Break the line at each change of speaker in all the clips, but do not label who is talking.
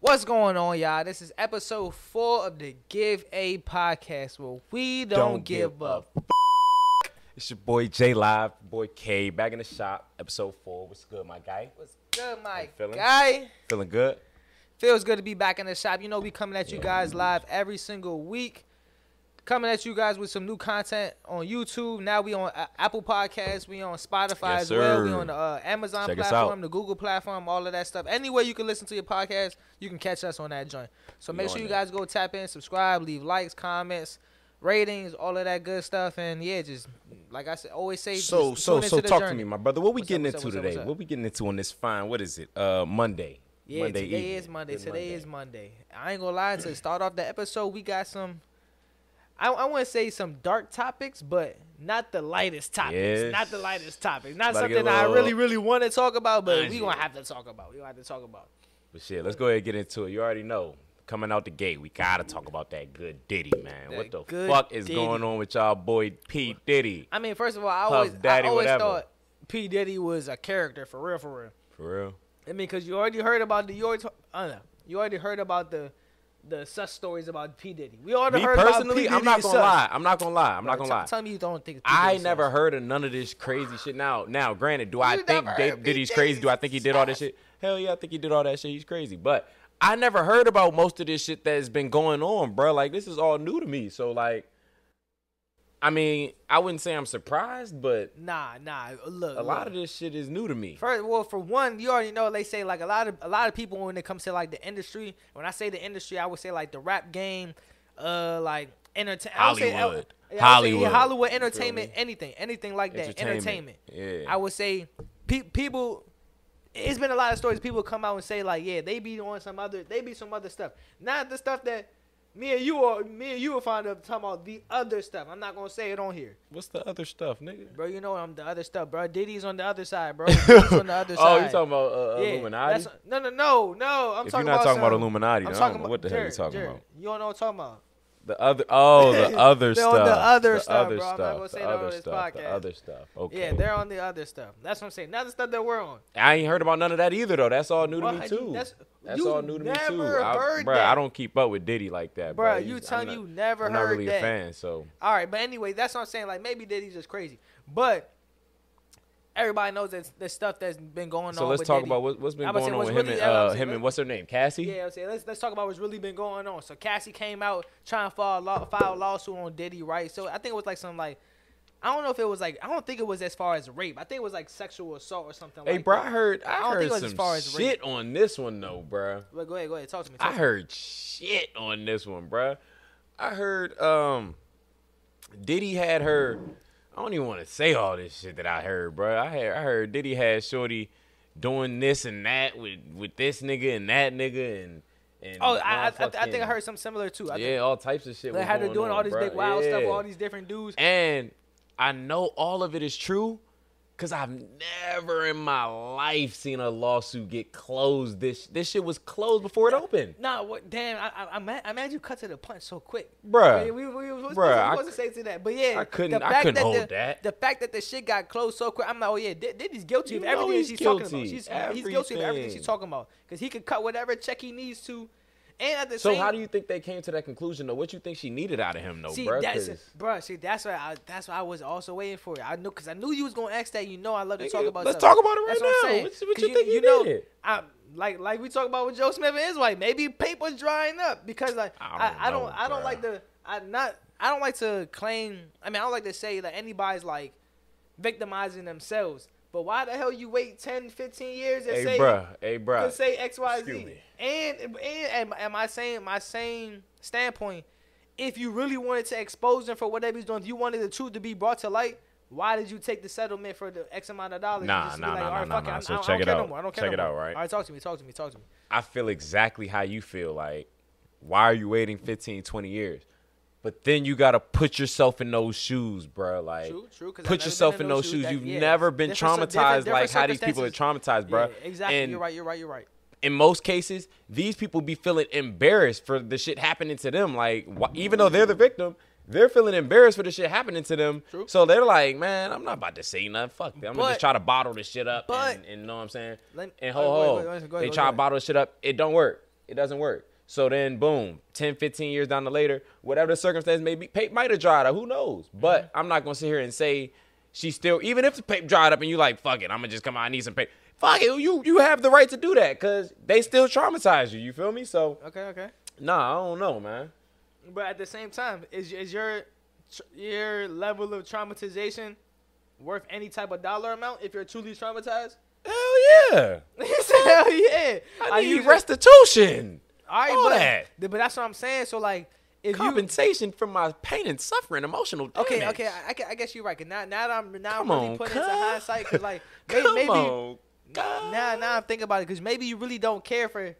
What's going on, y'all? This is episode four of the Give A podcast where we don't,
Don't
give,
give
up.
It's your boy J Live, boy K, back in the shop, episode four. What's good, my guy?
What's good, my
feeling?
guy?
Feeling good?
Feels good to be back in the shop. You know, we coming at you
Yeah.
guys live every single week. Coming at you guys with some new content on YouTube. Now we on uh, Apple Podcasts. We on Spotify
Yes,
as well. We
sir.
on the uh, Amazon
Check us
platform,
out.
the Google platform, all of that stuff. Anywhere you can listen to your podcast, you can catch us on that joint. So
We
make sure
on
you
that.
guys go tap in, subscribe, leave likes, comments, ratings, all of that good stuff. And yeah, just like I said, always say.
So,
just
so,
tune
so,
into the
talk to
journey.
me, my brother. What we
What's up,
getting
what's up,
into
what's up,
today?
what's up?
What we getting into on this fine? What is it? Uh, Monday.
Yeah,
Monday
today
evening.
is Monday.
Good
today is Monday. I ain't gonna lie. To start off the episode, we got some. I, I want to say some dark topics, but not the lightest topics. Not the
Yes.
lightest topics. Not
About to get
something
a
that I
little-
really, really want to talk about, but we
Angie.
gonna have to talk about. We gonna have to talk about.
But shit, let's go ahead and get into it. You already know. Coming out the gate, we gotta talk about that good Diddy, man.
That
what the
good
fuck is
Diddy.
going on with y'all boy P Diddy?
I mean, first of all, I always,
Daddy,
I always
whatever.
thought P Diddy was a character for real, for real.
For real?
I mean, because you already heard about the you already, I don't know, you already heard about the the sus stories about P Diddy. We already
Me
heard about P
personally,
Diddy.
I'm not
is
gonna
sus.
lie. I'm not gonna lie. I'm not gonna
Tell-
lie.
Tell me you don't think. P.
I
Diddy's sus.
never heard of none of this crazy shit. Now, now, granted, do I
You
think
never
Da-
heard me
Diddy's
say
crazy? Do I think he did all that shit? Hell yeah, I think he did all that shit. He's crazy, but I never heard about most of this shit that's been going on, bro. Like this is all new to me. So like, I mean, I wouldn't say I'm surprised, but
Nah, nah. Look,
a lot of this shit is new to me.
First, well, for one, you already know they say like a lot of a lot of people when it comes to like the industry. When I say the industry, I would say like the rap game, uh, like entertainment.
Hollywood.
Hollywood,
Hollywood.
Hollywood
You feel
entertainment,
me?
anything, anything like that, entertainment.
Entertainment. Yeah.
I would say pe- people. It's been a lot of stories. People come out and say like, yeah, they be on some other, they be some other stuff, not the stuff that. Me and you are me and you will find up talking about the other stuff. I'm not gonna say it on here.
What's the other stuff, nigga?
Bro, you know I'm the other stuff, bro. Diddy's on the other side, bro. Diddy's on the other side.
Oh, you talking about uh, Illuminati?
that's- no, no, no, no. I'm
If
talking
you're not
about
talking about
some-
Illuminati,
I'm
then I
talking
don't know
about-
what the hell you're
Jared,
talking
Jared,
about.
You don't know what I'm talking about.
The other, oh, the other
They're
stuff.
on the other
the
stuff,
other
bro. I'm not
stuff,
gonna say
the
that on
other
this
stuff, the
podcast.
other stuff. Okay.
Yeah, they're on the other stuff. That's what I'm saying. Not the stuff that we're on.
I ain't heard about none of that either though. That's all new
Why
to me
you-
too.
that's-
That's,
you
all new to me too.
never
I,
heard
bruh,
that.
I don't keep up with Diddy like that,
Bruh,
bro.
you telling you never
I'm
heard
not really
that.
a fan, so
All right, but anyway, that's what I'm saying. Like maybe Diddy's just crazy, but everybody knows that the stuff that's been going on.
so let's
with
talk
Diddy.
about what, what's been
I'm gonna
going
say
on
what's
with him
really-
and
I'm gonna
uh,
say
him
let-
and what's her name, Cassie.
Yeah, I'm saying let's let's talk about what's really been going on. So Cassie came out trying to file a law, file a lawsuit on Diddy, right? So I think it was like some like I don't know if it was like I don't think it was as far as rape. I think it was like sexual assault or something.
Hey,
like
bro,
that.
I heard I,
I don't
heard
think it was
some
as far as rape.
shit on this one though, bruh.
But go ahead, go ahead, talk to me. Talk
I heard shit on this one, bruh. I heard um Diddy had her I don't even want to say all this shit that I heard, bruh. I had I heard Diddy had Shorty doing this and that with with this nigga and that nigga and and
Oh, I, I, I, I think I
motherfucking-
heard something similar too. I
Yeah, all types of
think
shit.
they
was
had her
going
doing
on,
all this
bruh.
big wild stuff with
Yeah.
all these different dudes.
And I know all of it is true because I've never in my life seen a lawsuit get closed. This this shit was closed before it opened.
Nah, what? Damn, I, I, I'm mad, I'm mad you cut to the punch so quick,
Bruh.
I mean, we, we, we was
Bruh, I
supposed to say to that, but yeah,
I couldn't-
The
I
fact
couldn't
that the,
hold that.
The fact that the shit got closed so quick, I'm like, oh yeah, Did- Diddy's guilty
You
of
know
everything
he's
she's talking about.
guilty.
She's he's guilty of everything
Everything.
she's talking about because he could cut whatever check he needs to, and at the
So
same.
how do you think they came to that conclusion? Though, what you think she needed out of him, though,
See
bruh?
that's
'Cause-
bruh, See that's what I that's what I was also waiting for. I knew because I knew you was gonna ask that. You know I love to
Nigga,
talk about.
let's
stuff.
talk about it
That's
right
What,
now.
I'm saying.
What's- what
'Cause
you think he
know,
did?
I like like we talk about with Joe Smith and his wife. Maybe paper's drying up because like I
I
don't
don't
I, don't,
know,
I don't
bruh.
like the I not I don't like to claim. I mean I don't like to say that anybody's like victimizing themselves. But why the hell you wait 10, 15 years and
hey,
say
bruh. Hey,
could
bruh.
say X, Y, Z.
Excuse me.
And and and and my same my same standpoint, if you really wanted to expose him for whatever he's doing, if you wanted the truth to be brought to light, why did you take the settlement for the X amount of dollars? and
Nah,
just be
nah, nah,
"All right,
nah,
fuck
nah,
it,
nah.
I'm-
So
I don't
check it
care no
out.
more, I don't
Check
care no
it out,
more."
right?
All right, talk to me. Talk to me. Talk to me.
I feel exactly how you feel. Like, why are you waiting 15, 20 years? But then you gotta put yourself in those shoes, bruh. Like,
True, true, 'cause I've never
put
been
yourself
in
in
those
those
shoes.
shoes.
That-
You've
yeah.
never been
Different cir-
traumatized
different- different
like how these people are traumatized, bruh.
Yeah, exactly.
And
you're right. You're right. You're right.
in most cases, these people be feeling embarrassed for the shit happening to them. Like, wh- even though they're the victim, they're feeling embarrassed for the shit happening to them.
True.
So they're like, man, I'm not about to say nothing. Fuck that. I'm
But-
gonna just try to bottle this shit up.
but-
and, and know what I'm saying?
Let-
and
oh,
ho
go ahead,
ho,
go ahead, go ahead,
they
go
try
ahead.
to bottle shit up. It don't work. It doesn't work. So then, boom, 10, 15 years down the later, whatever the circumstance may be, Pape might have dried up. Who knows?
Mm-hmm.
But I'm not gonna sit here and say she still. Even if the Pape dried up and you like, fuck it, I'm gonna just come out. I need some Pape. Fuck it, you you have the right to do that because they still traumatize you. You feel me? So
Okay, okay.
nah, I don't know, man.
But at the same time, is is your tr- your level of traumatization worth any type of dollar amount if you're truly traumatized?
Hell yeah,
He said, Hell yeah!
I need
usually-
restitution.
All right,
all
but,
that.
th- but that's what I'm saying. So like, if you
compensation for my pain and suffering, emotional damage.
okay, okay, I, I gu- I guess you're right. 'cause now, now that I'm now
Come
I'm really
on,
putting it
cuz.
into hindsight, 'cause, like may-
Come
maybe
on, cuz.
now now I'm thinking about it because maybe you really don't care for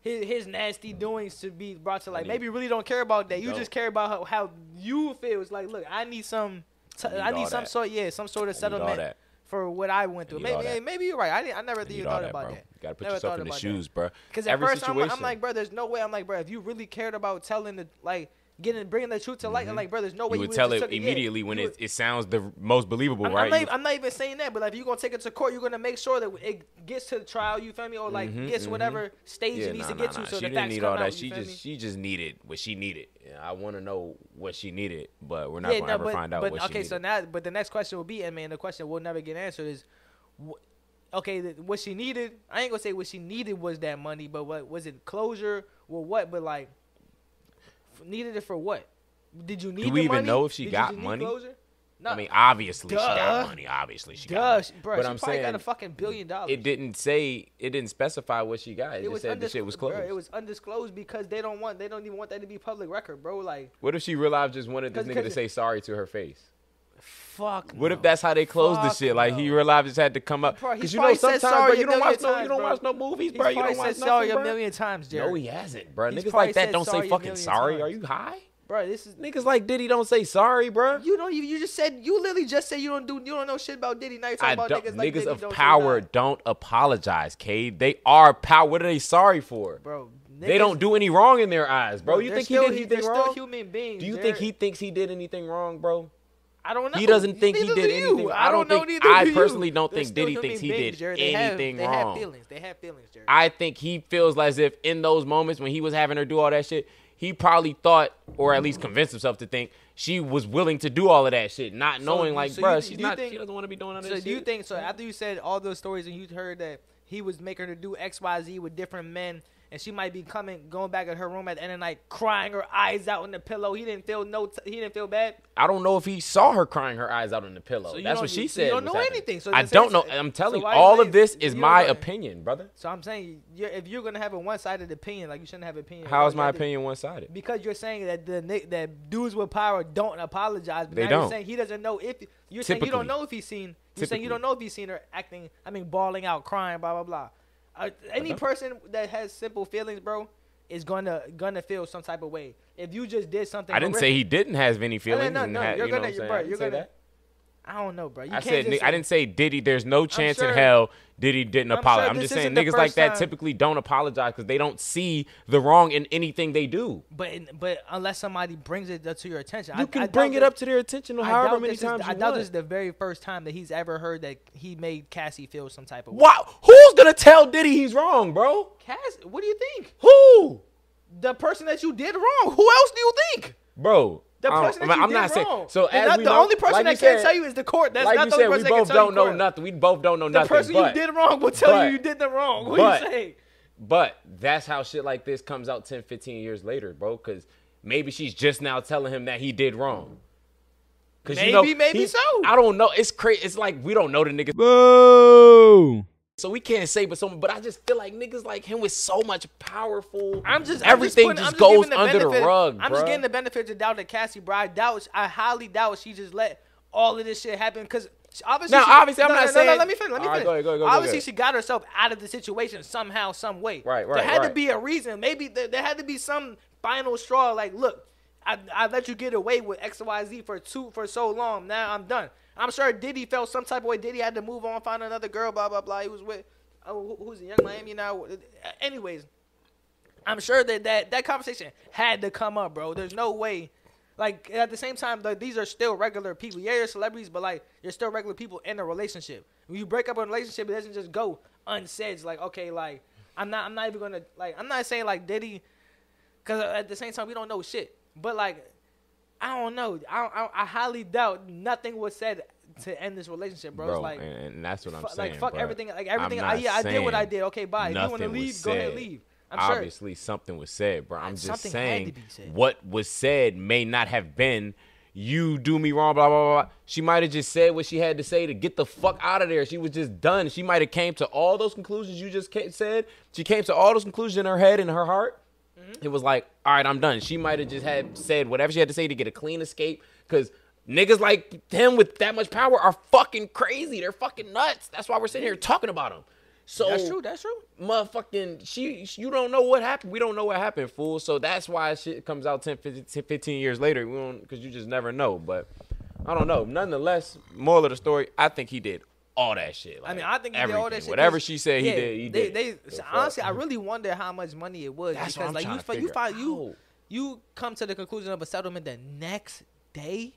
his his nasty doings to be brought to light.
need-
Maybe you really don't care about that. You
Don't.
just care about how, how you feel. It's like, look, I need some, t-
need
I need
all
some
that.
sort, yeah, some sort of
I need all
settlement
that.
for what I went through.
need all
Maybe
that.
maybe you're right. I, didn't, I never
You
even
need all
thought about
bro.
that.
You gotta put
Never
yourself
thought
in the
about that.
shoes, bro.
Because at
Every
first I'm,
situation.
I'm like, bro, there's no way. I'm like, bro, if you really cared about telling the like getting bringing the truth to light, I'm like, bro, there's no way
Mm-hmm. you would
would've
tell
just
it
took yeah,
immediately when
you
it,
would-
it sounds the most believable,
I'm,
right?
I'm, not,
You-
even- I'm not even saying that, but like, if you're gonna take it to court, you're gonna make sure that it gets to the trial. You feel me? Or like gets whatever stage
Mm-hmm, yeah,
it needs
nah,
to
nah,
get
nah.
to, so the
she didn't
facts
need
come
all that.
out.
she
you feel
just
me?
she just needed what she needed. And I want to know what she needed, but we're not
yeah,
gonna
no,
ever
but,
find out
but
what
okay,
she
so
needed.
now, but the next question will be, and man, the question will never get answered is, wh- okay, th- what she needed. I ain't gonna say what she needed was that money, but what was it? Closure or what? But like, f- needed it for what? Did you need?
we
the
even
money?
know if she
Did
got
you need
money?
Closure? No,
I mean, obviously she
Duh.
got money. Obviously she got.
gosh,
Money.
bro,
but
she
I'm
probably
saying
got a fucking billion dollars.
it didn't say it didn't specify what she got. It, just said the
undisclo-
shit was
bro,
closed.
it was undisclosed because they don't want they don't even want that to be public record, bro. Like
what if she realized just wanted this
Cause-
nigga to
cause-
say sorry to her face?
fuck.
What
no.
if that's how they closed the
Fuck
shit? Like he
no.
realized just had to come up
Bro, he's
because you know
probably said
sometimes bro,
sorry
you
a
don't watch
million
no you
times,
don't
bro.
watch no movies,
He's
bro. You
probably
don't watch
said sorry
nothing,
a
bro.
million times, Jerry.
No, he hasn't, bro.
He's
Niggas
probably
like that
said
don't
sorry
say
a
fucking
million
sorry.
times.
Are you high?
Bro, this is
Niggas like Diddy don't say sorry, bro.
you don't even you just said you literally just said you don't do you don't know shit about Diddy. Now you're talking
I
about
don't,
niggas,
niggas,
like Diddy
of
don't say
power
nothing.
don't apologize, Cade. They are power. What are they sorry for?
bro.
they don't do any wrong in their eyes, bro. you
they're
think
still-
he did
they're
anything
still
wrong?
human beings.
Do you
They're-
think he thinks he did anything wrong, bro?
I don't know.
He doesn't think he
Neither
did
do you.
anything.
I
I
don't
don't
know.
think-
neither
I
do you.
personally don't
They're
think
still
Diddy
human
thinks he
beings,
did
Jerry. They have-
anything
They have
wrong.
feelings. They have feelings, Jerry.
I think he feels as if in those moments when he was having her do all that shit, he probably thought, or at least convinced himself to think, she was willing to do all of that shit, not knowing like,
so
bruh,
you-
she's
you
not,
think-
she doesn't want to be doing all that
So
shit.
do you think so? After you said all those stories and you heard that he was making her do X, Y, Z with different men, and she might be coming, going back at her room at the end of the night, crying her eyes out on the pillow. He didn't feel no. T- he didn't feel bad.
I don't know if he saw her crying her eyes out on the pillow.
So you
That's
don't-
what she
you- so
said.
you don't
was
know
happening.
anything, so
I
that's-
don't know.
so-
I'm
so
telling you,
why you
all
saying-
of this is
you don't
my
know.
opinion, brother.
So I'm saying, you're, if you're gonna have a one-sided opinion, like you shouldn't have opinion.
How is
Like,
my
that-
opinion one sided?
Because you're saying that the ni- that dudes with power don't apologize. But
They
now You're
don't.
saying he doesn't know if you're saying you don't
Typically.
know if he's seen. You're saying you
Typically.
don't know if he's seen her acting. I mean, bawling out, crying, blah blah blah. Uh, any
don't.
person that has simple feelings, bro, is gonna gonna feel some type of way. If you just did something,
I didn't say he didn't have any
no,
feelings.
no,
and
no,
had-
you're
you know
gonna-
what I'm saying?
bro,
I didn't
you're
say
gonna-
that.
I don't know, bro. You
I
can't
said
just
ni-
say-
I didn't say Diddy. There's no chance
sure-
in hell Diddy didn't
I'm sure
apologize. I'm,
this
just saying
isn't the
niggas like
first
that
time-
typically don't apologize because they don't see the wrong in anything they do.
But but unless somebody brings it to your attention, I,
You can
I doubt
bring it
that-
up to their attention
I
however
doubt
many
this is-
times
I
you
doubt
want.
this is the very first time that he's ever heard that he made Cassie feel some type of way.
Why- Who's gonna tell Diddy he's wrong, bro?
Cass, what do you think?
Who,
The person that you did wrong. Who else do you think?
bro?
The
I don't-
person
I'm,
that you
I'm
did
not
wrong.
saying. So
The
as
not-
we
the
know-
only person
like
that
you
can
said-
tell you is the court. That's
like
not
you
the
said,
only
we
person that
both
can tell
don't
you
know
court.
nothing. We both don't know
The
nothing.
person
but-
you did wrong will tell
but-
you you did the wrong. What do
but-
you say?
But that's how shit like this comes out 10, 15 years later, bro. Because maybe she's just now telling him that he did wrong. 'Cause
Maybe, maybe
he-
so.
I don't know. It's crazy. It's like we don't know the nigga,
Boo!
so we can't say. But some, but I just feel like niggas like him with so much powerful.
I'm just
everything
I'm just, putting- I'm
just, goes
giving the
under
benefit-
the rug.
I'm just
bruh.
getting the benefit to doubt that Cassie, bro. I doubt. I highly doubt she just let all of this shit happen because. Obviously,
Now,
she-
obviously, I'm
no,
not
no, no, No,
saying-
let me finish. Let me
All right,
finish.
go ahead, go ahead, go ahead, go
obviously,
ahead.
she got herself out of the situation somehow, some way.
Right, right,
There had to
right.
be a reason. Maybe there, there had to be some final straw. Like, look, I, I let you get away with X, Y, Z for two for so long. Now I'm done. I'm sure Diddy felt some type of way. Diddy had to move on, find another girl. Blah blah blah. He was with oh, who- who's in Young Miami now. Anyways, I'm sure that that that conversation had to come up, bro. There's no way. Like at the same time, like, these are still regular people. Yeah, you're celebrities, but like you're still regular people in a relationship. When you break up a relationship, it doesn't just go unsaid. It's like okay, like I'm not. I'm not even gonna like. I'm not saying like Diddy, because at the same time we don't know shit. But like, I don't know. I don't- I, don't- I highly doubt nothing was said to end this relationship, bro.
bro,
it's like,
and, and that's what I'm
fu-
saying.
like fuck
bro.
everything. Like everything.
I'm
I,
not
yeah, I did what I
saying
did. Okay, bye. If you want to
nothing was
leave, go ahead,
said.
leave. I'm sure.
Obviously, something was said, bro. I'm just
Something had to
saying
be said.
what was said may not have been. You do me wrong, blah blah blah. She might have just said what she had to say to get the fuck out of there. She was just done. She might have came to all those conclusions you just ca- said. She came to all those conclusions in her head and her heart.
Mm-hmm.
It was like, all right, I'm done. She might have just had said whatever she had to say to get a clean escape, because niggas like him with that much power are fucking crazy. They're fucking nuts. That's why we're sitting here talking about them. So
That's true. That's true.
motherfucking she she- you don't know what happened we don't know what happened fool so that's why shit comes out 10 15, 10, 15 years later we don't because you just never know but i don't know nonetheless moral of the story i think he did all that shit
I
like,
mean, I think he did
everything.
all that shit. 'cause-
whatever she said he
yeah,
did he
they,
did
They,
The fuck?
honestly, I really wonder how much money it was
That's
because,
what I'm
like, you,
trying to
fi- you,
figure
fi- you,
out.
you come to the conclusion of a settlement the next day.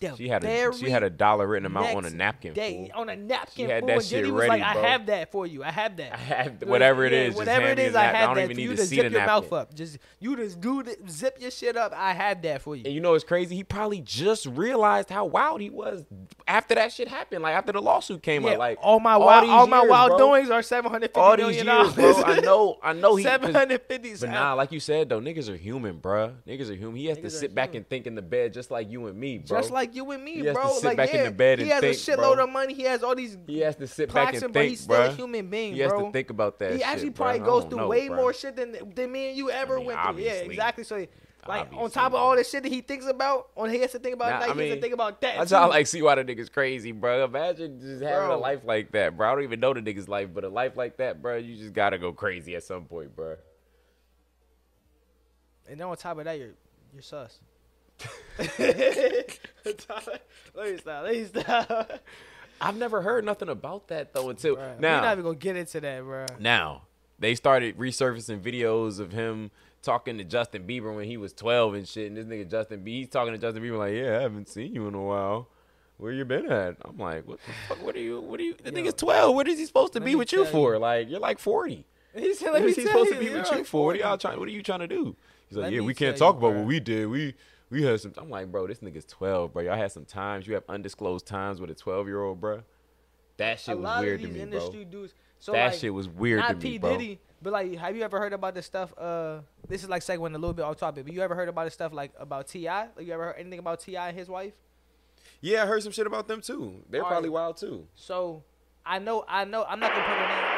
The
she had a
very
she had a dollar written amount on a
next
napkin
Day,
fool.
on a napkin.
She had
fool,
that
and
shit
Diddy was
ready,
like,
bro.
I have that for you. I have that. I
have th- whatever it is, just
whatever
hand
it
me
is,
the
I
nap- I
have
don't
that
even
for
need
you
to
to
see
zip
the
your mouth
napkin.
up. Just you just do the, zip your shit up. I have that for you.
And you know what's crazy? He probably just realized how wild he was after that shit happened. Like after the lawsuit came
Yeah,
up. Like
all my wild,
these
all my
years,
wild
bro.
doings are seven hundred fifty
all
million
these years,
dollars.
bro. I know, I know. He 'cause-
seven hundred fifty.
But nah, like you said though, niggas are human, bruh. Niggas are human. He has
Niggas are
to sit back and think in the bed just like you and me, bro.
Just like you and me,
He has to
bro.
sit
like
back in
yeah,
the bed
he
and
has a
think,
shitload
bro.
of money. He has all these
he has to sit back
plaques,
and
and
think,
but he's still
bruh.
a human being,
He has
bro.
to think about that.
he
shit,
actually
bruh.
probably
I
goes
don't
through
know,
way
bruh.
more shit than than me and you ever
I mean,
went through. Yeah,
obviously.
exactly. So like on
Obviously,
top of
bro.
all this shit that he thinks about, on he has to think about
Nah,
that.
I
he has
mean,
to think about that.
That's how I
too.
like see why the niggas crazy, bro. Imagine just having
Bro.
a life like that, bro. I don't even know the niggas' life, but a life like that, bro, you just gotta go crazy at some point, bro.
And then on top of that, you're you're sus. let me stop. Let me stop.
I've never heard nothing about that though until
Bruh,
now.
We're not even gonna get into that, bro.
Now they started resurfacing videos of him talking to Justin Bieber when he was 12 and shit. And this nigga Justin Bieber, he's talking to Justin Bieber like, "Yeah, I haven't seen you in a while. Where you been at?" I'm like, "What the fuck? What are you? What are you? The
Yo.
nigga's 12. What is he supposed to
Let
be
me
with you
tell
for? Like, you're like 40.
He said,
What
"Let me
is he
tell
supposed to
you,
be with
you're
you for? What are
like
y'all trying? What are you trying to do?" He's like,
Let
"Yeah,
me
we can't
tell you,
talk about
bruh.
what we did. We." We had some. I'm like, bro, this nigga's 12, bro. Y'all had some times. You have undisclosed times with a 12 year old, bro. That shit
a
was
lot
weird
of
to
these
me,
industry
bro.
dudes. So
That
like,
shit was weird
not
to me,
P
bro.
Diddy, but like, have you ever heard about this stuff? Uh, this is like segueing a little bit off topic, but you ever heard about this stuff like about Ti? Like, you ever heard anything about Ti and his wife?
Yeah, I heard some shit about them too. They're
All
probably
right.
wild too.
So I know, I know, I'm not gonna put her name.